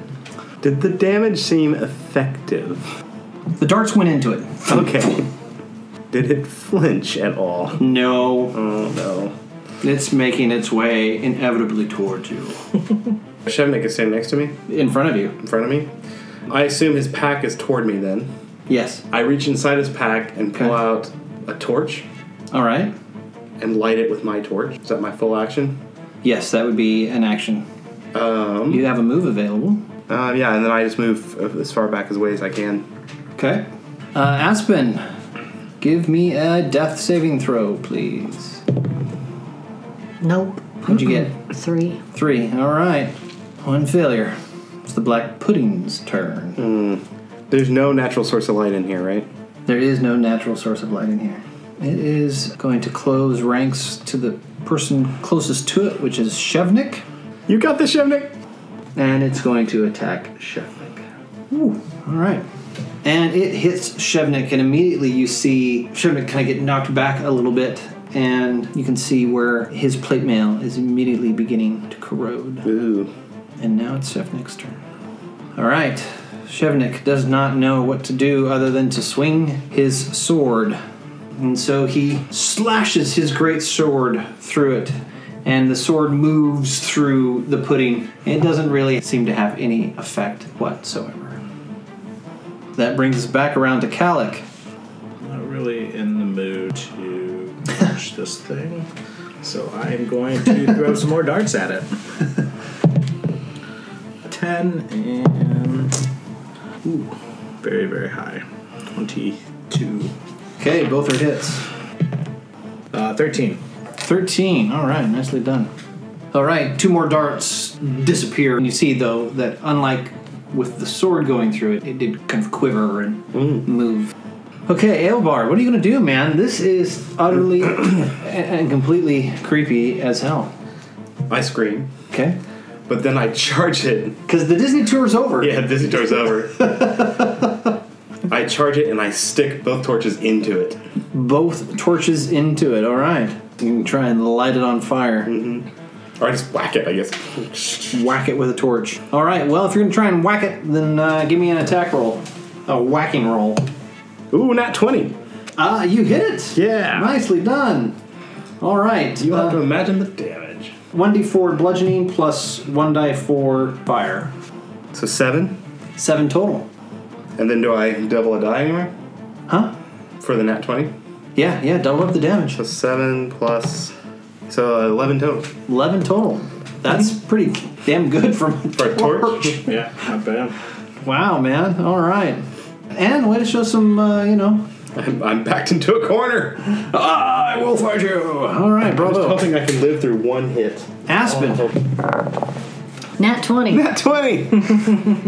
Speaker 3: Did the damage seem effective?
Speaker 5: The darts went into it.
Speaker 3: Okay. Did it flinch at all?
Speaker 5: No,
Speaker 3: Oh no.
Speaker 5: it's making its way inevitably towards you.
Speaker 3: Shevnik is standing next to me,
Speaker 5: In front of you.
Speaker 3: in front of me. I assume his pack is toward me then.
Speaker 5: Yes.
Speaker 3: I reach inside his pack and pull
Speaker 5: Okay.
Speaker 3: out a torch
Speaker 5: All right.
Speaker 3: and light it with my torch. Is that my full action?
Speaker 5: Yes, that would be an action.
Speaker 3: Um,
Speaker 5: You have a move available.
Speaker 3: uh, yeah, and then I just move uh, as far back as way as I can.
Speaker 5: Okay. Uh, Aspen, give me a death saving throw, please.
Speaker 4: Nope.
Speaker 5: What'd you get?
Speaker 4: Three.
Speaker 5: Three. All right. One failure. It's the black pudding's turn.
Speaker 3: There's no natural source of light in here, right?
Speaker 5: There is no natural source of light in here. It is going to close ranks to the person closest to it, which is Shevnik,
Speaker 3: You got this, Shevnik!
Speaker 5: and it's going to attack Shevnik. Ooh, all right. And it hits Shevnik, and immediately you see Shevnik kind of get knocked back a little bit, and you can see where his plate mail is immediately beginning to corrode.
Speaker 3: Ooh.
Speaker 5: And now it's Shevnik's turn. All right. Shevnik does not know what to do other than to swing his sword. And so he slashes his great sword through it. And the sword moves through the pudding. It doesn't really seem to have any effect whatsoever. That brings us back around to Kalik.
Speaker 6: Not really in the mood to punch this thing, so I am going to throw some more darts at it. Ten and ooh, very very high, twenty-two,
Speaker 5: Okay, both are hits.
Speaker 6: uh, thirteen.
Speaker 5: 13. All right, nicely done. Mm-hmm. All right, two more darts disappear. And you see, though, that unlike with the sword going through it, it did kind of quiver and move. Okay, Aelbar, what are you going to do, man? This is utterly and completely creepy as hell.
Speaker 3: I scream,
Speaker 5: Okay?
Speaker 3: but then I charge it.
Speaker 5: Because the Disney tour is over.
Speaker 3: Yeah, Disney door's over. I charge it and I stick both torches into it.
Speaker 5: Both torches into it. All right. You can try and light it on fire.
Speaker 3: Or I just whack it, I guess.
Speaker 5: Whack it with a torch. All right, well, if you're going to try and whack it, then uh, give me an attack roll, a whacking roll.
Speaker 3: Ooh, not 20.
Speaker 5: Ah, you hit it.
Speaker 3: Yeah.
Speaker 5: Nicely done. All right.
Speaker 3: You have to
Speaker 5: uh,
Speaker 3: imagine the damage.
Speaker 5: 1d4 bludgeoning plus 1d4 fire.
Speaker 3: So seven?
Speaker 5: Seven total.
Speaker 3: And then do I double a die anywhere?
Speaker 5: Huh?
Speaker 3: For the nat 20?
Speaker 5: Yeah, yeah, double up the damage.
Speaker 3: So seven plus. So 11 total.
Speaker 5: 11 total. That's pretty damn good from
Speaker 3: For a torch?
Speaker 6: Yeah, not bad.
Speaker 5: Wow, man. All right. And way to show some, uh, you know.
Speaker 3: I'm, I'm backed into a corner.
Speaker 5: Ah, I will fight you. All right, bravo.
Speaker 3: I can live through one hit.
Speaker 5: Aspen.
Speaker 4: Nat 20.
Speaker 3: Nat 20!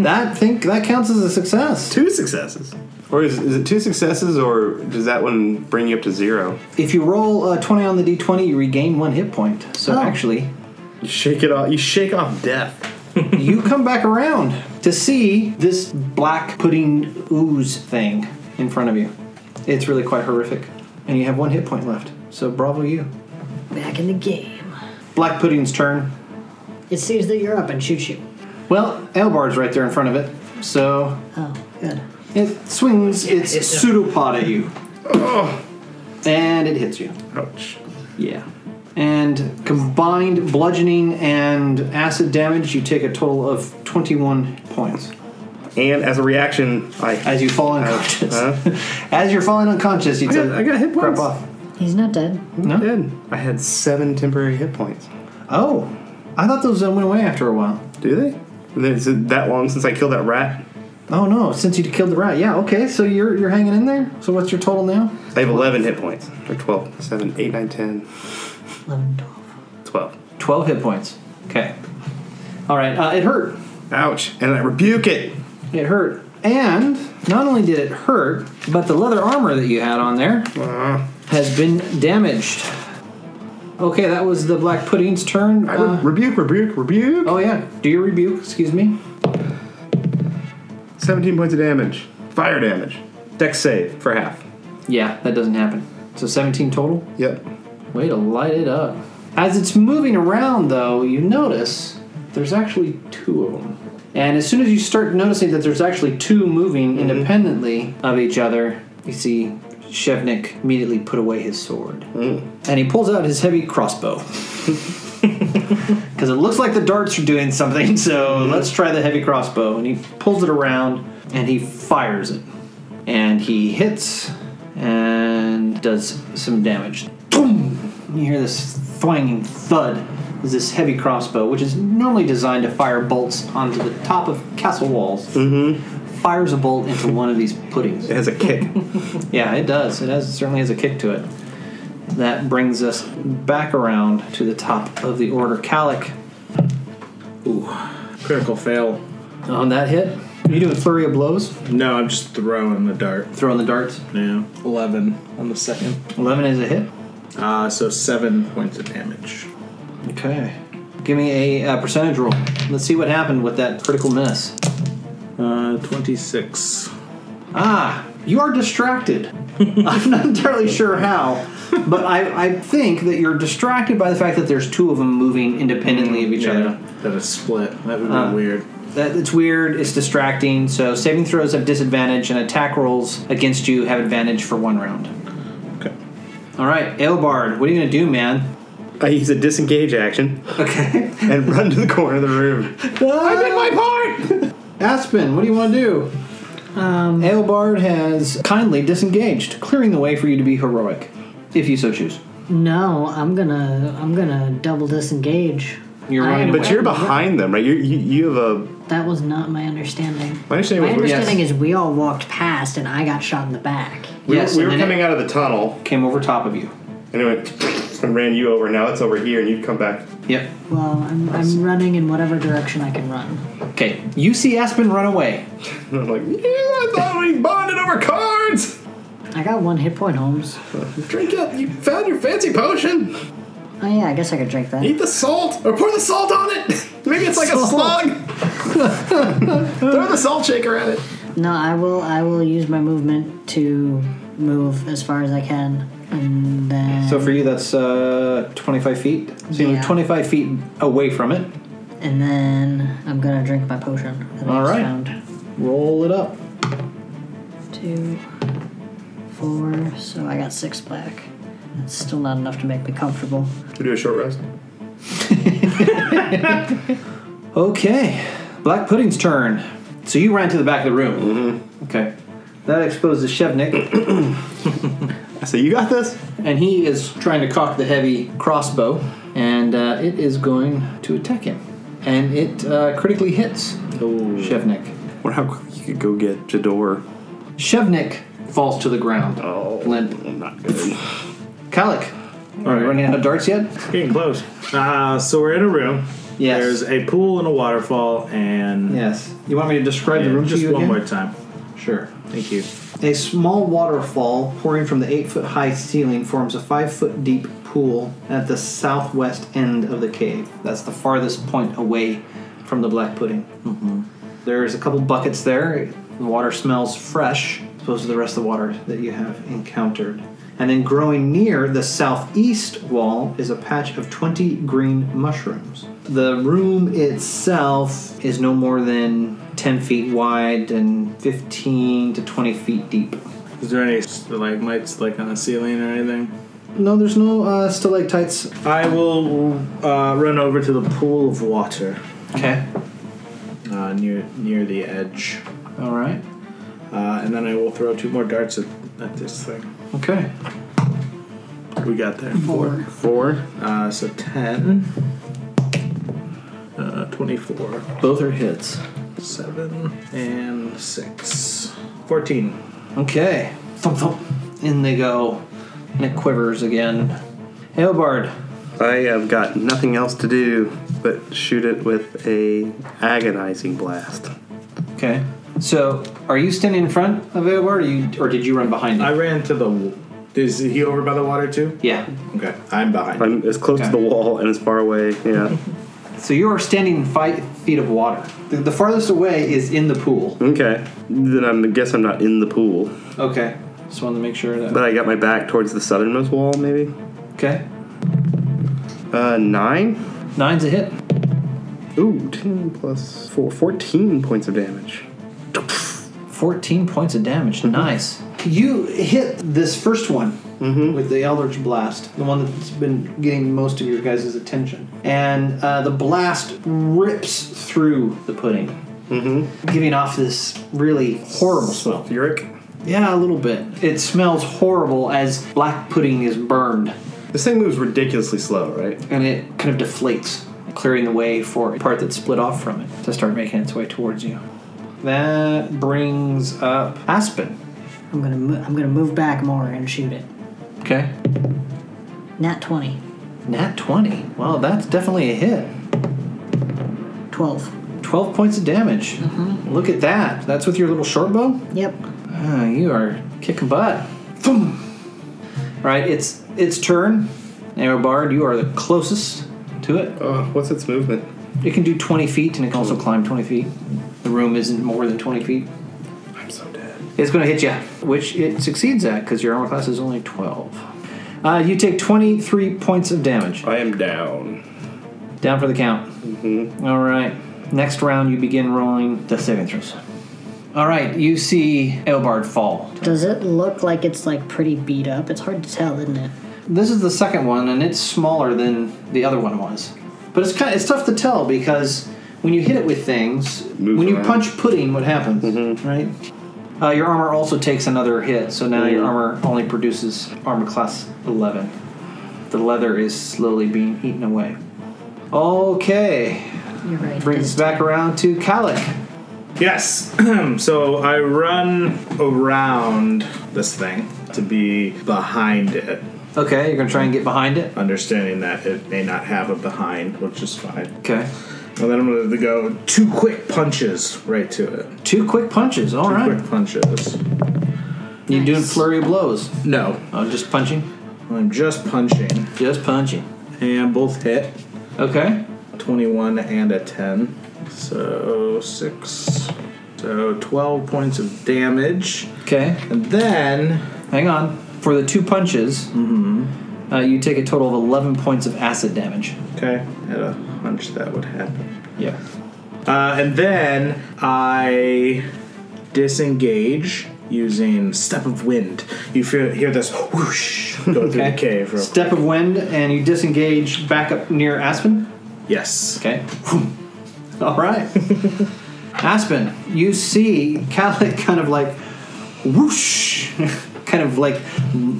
Speaker 5: That think that counts as a success.
Speaker 3: two successes. Or is, is it two successes, or does that one bring you up to zero?
Speaker 5: If you roll uh, 20 on the d20, you regain one hit point. So
Speaker 4: Oh.
Speaker 5: actually,
Speaker 3: You shake it off. You shake off death.
Speaker 5: you come back around to see this black pudding ooze thing in front of you. It's really quite horrific. And you have one hit point left. So bravo you.
Speaker 4: Back in the game.
Speaker 5: Black pudding's turn.
Speaker 4: It sees that you're up and shoots you.
Speaker 5: Well, Elbar's right there in front of it. So
Speaker 4: Oh, good.
Speaker 5: it swings its
Speaker 4: it-
Speaker 5: pseudopod at you. And it hits you.
Speaker 3: Ouch.
Speaker 5: Yeah. And combined bludgeoning and acid damage, you take a total of 21 points.
Speaker 3: And as a reaction, I.
Speaker 5: As you fall unconscious. As you're falling unconscious, you
Speaker 3: I
Speaker 5: take
Speaker 3: got, I got hit
Speaker 5: crap
Speaker 3: points.
Speaker 5: off.
Speaker 4: He's not dead.
Speaker 3: I did. I had seven temporary hit points.
Speaker 5: Oh, I thought those uh, went away after a while.
Speaker 3: Do they? Is it that long since I killed that rat?
Speaker 5: Oh no! Since you killed the rat, yeah. Okay, so you're you're hanging in there. So what's your total now?
Speaker 3: I have 11 hit points. Or 12. 7, 8, 9, 10,
Speaker 4: 11, 12.
Speaker 3: 12.
Speaker 5: Twelve hit points. Okay. All right. Uh, it hurt.
Speaker 3: Ouch. And I rebuke it.
Speaker 5: It hurt. And not only did it hurt, Uh-huh. but the leather armor that you had on there has been damaged. Okay, that was the Black Pudding's turn.
Speaker 7: I re-
Speaker 5: Uh,
Speaker 7: rebuke, rebuke, rebuke.
Speaker 5: oh, yeah. Do your rebuke, excuse me.
Speaker 3: 17 points of damage. Fire damage. Dex save for half.
Speaker 5: Yeah, that doesn't happen. So 17 total?
Speaker 7: Yep.
Speaker 5: Way to light it up. As it's moving around, though, you notice there's actually two of them. And as soon as you start noticing that there's actually two moving independently of each other, you see Shevnik immediately put away his sword. And he pulls out his heavy crossbow. Because it looks like the darts are doing something, so let's try the heavy crossbow. And he pulls it around and he fires it. And he hits and does some damage. Boom! You hear this thwanging thud as this heavy crossbow, which is normally designed to fire bolts onto the top of castle walls, fires a bolt into one of these puddings.
Speaker 3: It has a kick.
Speaker 5: Yeah, it does. It has, certainly has a kick to it. That brings us back around to the top of the order. Calic,
Speaker 6: Critical fail.
Speaker 5: on that hit, you doing flurry of blows?
Speaker 6: No, I'm just throwing the dart.
Speaker 5: Throwing the darts.
Speaker 6: Yeah. 11 on the second.
Speaker 5: 11 is a hit.
Speaker 6: Uh, so 7 points of damage.
Speaker 5: Okay. Give me a uh, percentage roll. Let's see what happened with that critical miss.
Speaker 6: Uh, 26.
Speaker 5: Ah, you are distracted. I'm not entirely sure how, but I, I think that you're distracted by the fact that there's two of them moving independently of each other.
Speaker 6: That is split. That would be
Speaker 5: Uh.
Speaker 6: weird.
Speaker 5: That, it's weird, it's distracting, so saving throws have disadvantage, and attack rolls against you have advantage for one round.
Speaker 6: Okay.
Speaker 5: All right, Aelbard, what are you going to do, man?
Speaker 3: I use a disengage action
Speaker 5: Okay.
Speaker 3: and run to the corner of the room.
Speaker 5: I did my part! Aspen, what do you want to do? Um, Aelbard has kindly disengaged, clearing the way for you to be heroic, if you so choose.
Speaker 4: No, I'm gonna I'm gonna double disengage.
Speaker 5: You're
Speaker 4: I
Speaker 5: running
Speaker 4: am-
Speaker 5: away.
Speaker 3: But you're behind them, right? You you, you have a.
Speaker 4: That was not my understanding.
Speaker 3: My
Speaker 4: My
Speaker 3: understanding was we-
Speaker 4: understanding is we all walked past and I got shot in the back.
Speaker 3: we,
Speaker 5: Yes,
Speaker 3: we
Speaker 5: and
Speaker 3: were
Speaker 5: then it-
Speaker 3: coming out of the tunnel
Speaker 5: Came over top of you.
Speaker 3: and it went and ran you over. Now it's over here and you've come back.
Speaker 5: Yep.
Speaker 4: Well, I'm, I'm running in whatever direction I can run.
Speaker 5: Okay. You see Aspen run away.
Speaker 3: And I'm like, yeah, I thought we bonded over cards.
Speaker 4: I got one hit point, Holmes.
Speaker 3: Drink it. You found your fancy potion.
Speaker 4: Oh yeah, I guess I could drink that.
Speaker 3: Eat the salt or pour the salt on it. Maybe it's like a slug. Throw the salt shaker at it.
Speaker 4: No, I will. I will use my movement to move as far as I can, and then
Speaker 5: So for you, that's uh, 25 feet. So you
Speaker 4: Yeah.
Speaker 5: move 25 feet away from it.
Speaker 4: and then I'm gonna drink my potion. That
Speaker 5: All
Speaker 4: I just
Speaker 5: right.
Speaker 4: Found.
Speaker 5: Roll it up.
Speaker 4: Two, four. So I got six black. That's still not enough to make me comfortable.
Speaker 3: We do a short rest.
Speaker 5: Okay. Black Pudding's turn. So you ran to the back of the room. Mm-hmm. Okay. That exposes Shevnik,
Speaker 7: I say, you got this.
Speaker 5: and he is trying to cock the heavy crossbow, and uh, it is going to attack him. And it uh, critically hits Shevnik.
Speaker 7: Wonder how quick you could go get Jador.
Speaker 5: Shevnik falls to the ground.
Speaker 7: Oh,
Speaker 5: Limp.
Speaker 7: not good.
Speaker 5: Kalik, are we running out of darts yet?
Speaker 6: Getting close. Uh, so we're in a room.
Speaker 5: Yes.
Speaker 6: There's a pool and a waterfall and.
Speaker 5: Yes. You want me to describe the
Speaker 6: and
Speaker 5: room
Speaker 6: just
Speaker 5: to you
Speaker 6: one
Speaker 5: again?
Speaker 6: more time. Sure. Thank you.
Speaker 5: A small waterfall pouring from the eight foot high ceiling forms a five foot deep pool at the southwest end of the cave. That's the farthest point away from the black pudding. Mm-hmm. There's a couple buckets there. The water smells fresh, as opposed to the rest of the water that you have encountered. And then growing near the southeast wall is a patch of 20 green mushrooms. The room itself is no more than 10 feet wide and 15 to 20 feet deep.
Speaker 6: Is there any like lights like on the ceiling or anything?
Speaker 5: No, there's no uh, stalactites.
Speaker 6: I will uh, run over to the pool of water
Speaker 5: Okay.
Speaker 6: uh, near near the edge,
Speaker 5: All right.
Speaker 6: uh, and then I will throw two more darts at, at this thing.
Speaker 5: Okay.
Speaker 6: We got there.
Speaker 4: Four.
Speaker 6: Four. Uh, so ten. Uh, Twenty-four,
Speaker 5: Both are hits.
Speaker 6: seven, and six. Fourteen.
Speaker 5: Okay. Thump thump. In they go. And it quivers again. Hailbard.
Speaker 7: I have got nothing else to do but shoot it with a agonizing blast.
Speaker 5: Okay. So, are you standing in front of Hailbard, or, you, or did you run behind him?
Speaker 6: I ran to the Is he over by the water too?
Speaker 5: Yeah.
Speaker 6: Okay, I'm behind.
Speaker 7: I'm as close to the wall and as far away. Yeah.
Speaker 5: So you are standing in five feet of water. The, the farthest away is in the pool.
Speaker 7: Okay. Then I'm, I guess I'm not in the pool,
Speaker 5: Okay. Just wanted to make sure that.
Speaker 7: but I got my back towards the southernmost wall, maybe.
Speaker 5: Okay.
Speaker 7: Uh, nine.
Speaker 5: Nine's a hit.
Speaker 7: Ooh, ten plus four, 14 points of damage.
Speaker 5: 14 points of damage. Nice. Mm-hmm. You hit this first one with the Eldritch Blast, the one that's been getting most of your guys' attention. And uh, the blast rips through the pudding, giving off this really horrible smell.
Speaker 7: Uric.
Speaker 5: Yeah, a little bit. It smells horrible as black pudding is burned
Speaker 7: This thing moves ridiculously slow, right?
Speaker 5: and it kind of deflates, clearing the way for a part that split off from it to start making its way towards you. That brings up Aspen.
Speaker 4: I'm gonna mo- I'm gonna move back more and shoot it.
Speaker 5: Okay.
Speaker 4: Nat 20,
Speaker 5: Nat 20. Well, that's definitely a hit.
Speaker 4: 12.
Speaker 5: 12 points of damage. Look at that. That's with your little short bow?
Speaker 4: Yep.
Speaker 5: Ah, you are kicking butt. Thum. All right, it's its turn. Narrow Bard, you are the closest to it.
Speaker 7: Uh, what's its movement?
Speaker 5: It can do 20 feet and it can also climb 20 feet. The room isn't more than 20 feet.
Speaker 7: I'm so dead.
Speaker 5: It's going to hit you, which it succeeds at because your armor class is only 12. Uh, you take 23 points of damage.
Speaker 7: I am down.
Speaker 5: Down for the count. Mm-hmm. right. Next round, you begin rolling the saving throws. All right. You see Elbard fall.
Speaker 4: Does it look like it's like pretty beat up? It's hard to tell, isn't it?
Speaker 5: This is the second one, and it's smaller than the other one was. But it's kind of, it's tough to tell because when you hit it with things,
Speaker 7: Moves
Speaker 5: when you
Speaker 7: around.
Speaker 5: punch pudding, what happens, right? Uh, your armor also takes another hit, so now your armor only produces armor class 11. The leather is slowly being eaten away. Okay,
Speaker 4: You're right.
Speaker 5: brings us back around to Kalik.
Speaker 6: Yes. so I run around this thing to be behind it,
Speaker 5: Okay, you're gonna try and get behind it.
Speaker 6: understanding that it may not have a behind, which is fine.
Speaker 5: Okay.
Speaker 6: And then I'm going to go two quick punches right to it.
Speaker 5: Two quick punches. All
Speaker 6: Two
Speaker 5: right.
Speaker 6: quick punches.
Speaker 5: You're doing flurry of blows.
Speaker 6: No,
Speaker 5: Oh, just punching.
Speaker 6: I'm just punching.
Speaker 5: Just punching.
Speaker 6: And both hit
Speaker 5: Okay.
Speaker 6: 21 and a 10. So 6. So 12 points of damage.
Speaker 5: Okay.
Speaker 6: And then
Speaker 5: Hang on. For the two punches,
Speaker 6: Mm-hmm.
Speaker 5: uh, you take a total of 11 points of acid damage.
Speaker 6: Okay, had a hunch that would happen.
Speaker 5: Yeah.
Speaker 6: Uh, and then I disengage using step of wind. You feel, hear this whoosh go through the cave. Real
Speaker 5: Step of wind, and you disengage back up near Aspen.
Speaker 6: Yes.
Speaker 5: Okay. All right. Aspen, you see Kalik kind of like whoosh, kind of like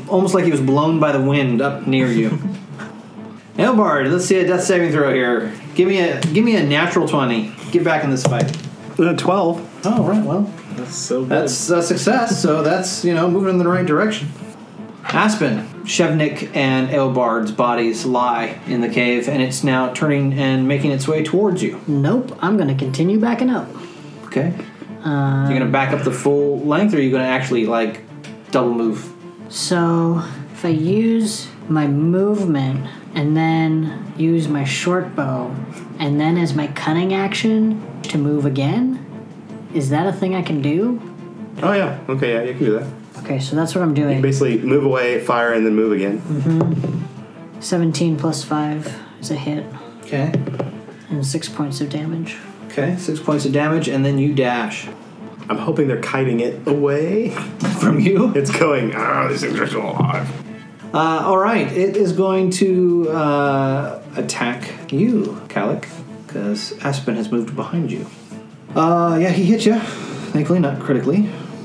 Speaker 5: almost like he was blown by the wind up near you. Elbard, let's see a death saving throw here. Give me a give me a natural twenty. Get back in this fight.
Speaker 7: Uh, 12.
Speaker 5: Oh right, well
Speaker 6: That's so good.
Speaker 5: that's a success. So that's you know moving in the right direction. Aspen, Shevnik, and Elbard's bodies lie in the cave, and it's now turning and making its way towards you.
Speaker 4: Nope. I'm gonna continue backing up.
Speaker 5: Okay. you're gonna back up the full length, or are you gonna actually like double move?
Speaker 4: So if I use my movement and then use my short bow and then as my cunning action to move again, is that a thing I can do?
Speaker 7: Oh, yeah. Okay, yeah, you can do that.
Speaker 4: Okay, so that's what I'm doing.
Speaker 7: Basically, move away, fire, and then move again.
Speaker 4: 17 plus 5 is a hit
Speaker 5: Okay.
Speaker 4: and 6 points of damage.
Speaker 5: Okay. Six points of damage, and then you dash
Speaker 7: I'm hoping they're kiting it away.
Speaker 5: from you.
Speaker 7: It's going, ah, these things are still alive.
Speaker 5: Uh, all right. It is going to uh, attack you, Kalik, because Aspen has moved behind you. Uh, yeah, he hit you. Thankfully, not critically.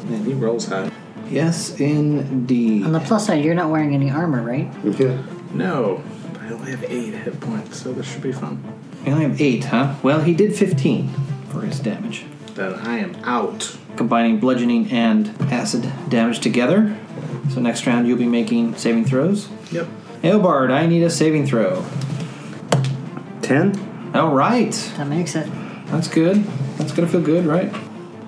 Speaker 6: Man, he rolls high.
Speaker 5: Yes, indeed.
Speaker 4: On the plus side, you're not wearing any armor, right?
Speaker 7: Yeah.
Speaker 6: No, I only have eight hit points, so this should be fun.
Speaker 5: You only have eight, huh? Well, he did 15 for his damage.
Speaker 6: Then I am out.
Speaker 5: combining bludgeoning and acid damage together. So next round you'll be making saving throws.
Speaker 6: Yep.
Speaker 5: Aobard, I need a saving throw.
Speaker 7: 10?
Speaker 5: All right,
Speaker 4: That makes it.
Speaker 5: that's good. That's gonna feel good, right?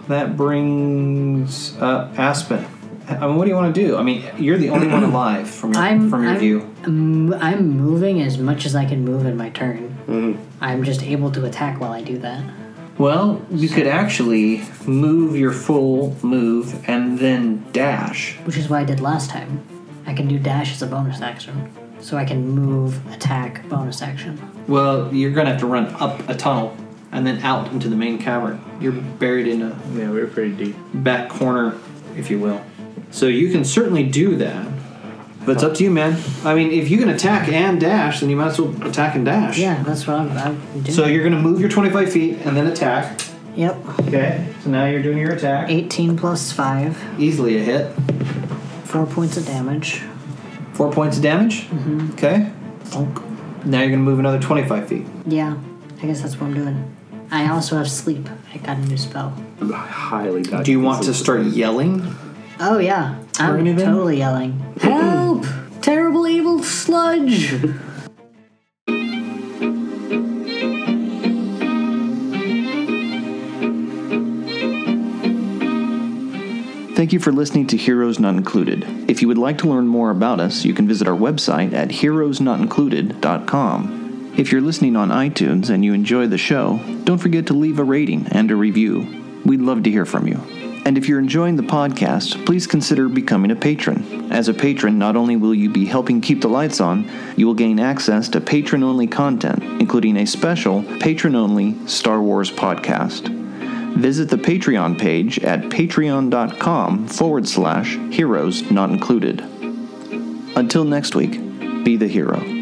Speaker 5: That brings up Aspen. I mean, what do you want to do? I mean, you're the only one alive from your,
Speaker 4: I'm
Speaker 5: from your
Speaker 4: I'm,
Speaker 5: view.
Speaker 4: m- I'm moving as much as I can move in my turn. I'm just able to attack while I do that.
Speaker 5: Well, you could actually move your full move and then dash.
Speaker 4: which is what I did last time. I can do dash as a bonus action, so I can move, attack, bonus action.
Speaker 5: Well, you're gonna have to run up a tunnel and then out into the main cavern. You're buried in a
Speaker 6: Yeah, we were pretty deep.
Speaker 5: back corner, if you will. So you can certainly do that. But it's up to you, man. I mean, if you can attack and dash, then you might as well attack and dash.
Speaker 4: Yeah, that's what I'm, I'm doing.
Speaker 5: So you're going to move your 25 feet and then attack.
Speaker 4: yep,
Speaker 5: Okay. So now you're doing your attack.
Speaker 4: 18 plus 5,
Speaker 5: Easily a hit.
Speaker 4: 4 points of damage.
Speaker 5: Four points of damage. Mm-hmm. Okay. Thunk. Now you're going to move another 25 feet.
Speaker 4: Yeah, I guess that's what I'm doing. I also have sleep. I got a new spell.
Speaker 7: Highly
Speaker 5: Do you want to start yelling?
Speaker 4: Oh yeah, I'm
Speaker 5: anything?
Speaker 4: totally yelling. Help! Terrible evil sludge!
Speaker 1: Thank you for listening to Heroes Not Included. If you would like to learn more about us, you can visit our website at heroesnotincluded.com. If you're listening on iTunes and you enjoy the show, don't forget to leave a rating and a review. We'd love to hear from you. And if you're enjoying the podcast, please consider becoming a patron. As a patron, not only will you be helping keep the lights on, you will gain access to patron only content, including a special patron only Star Wars podcast visit the Patreon page at patreon.com forward slash heroes not included. Until next week, be the hero.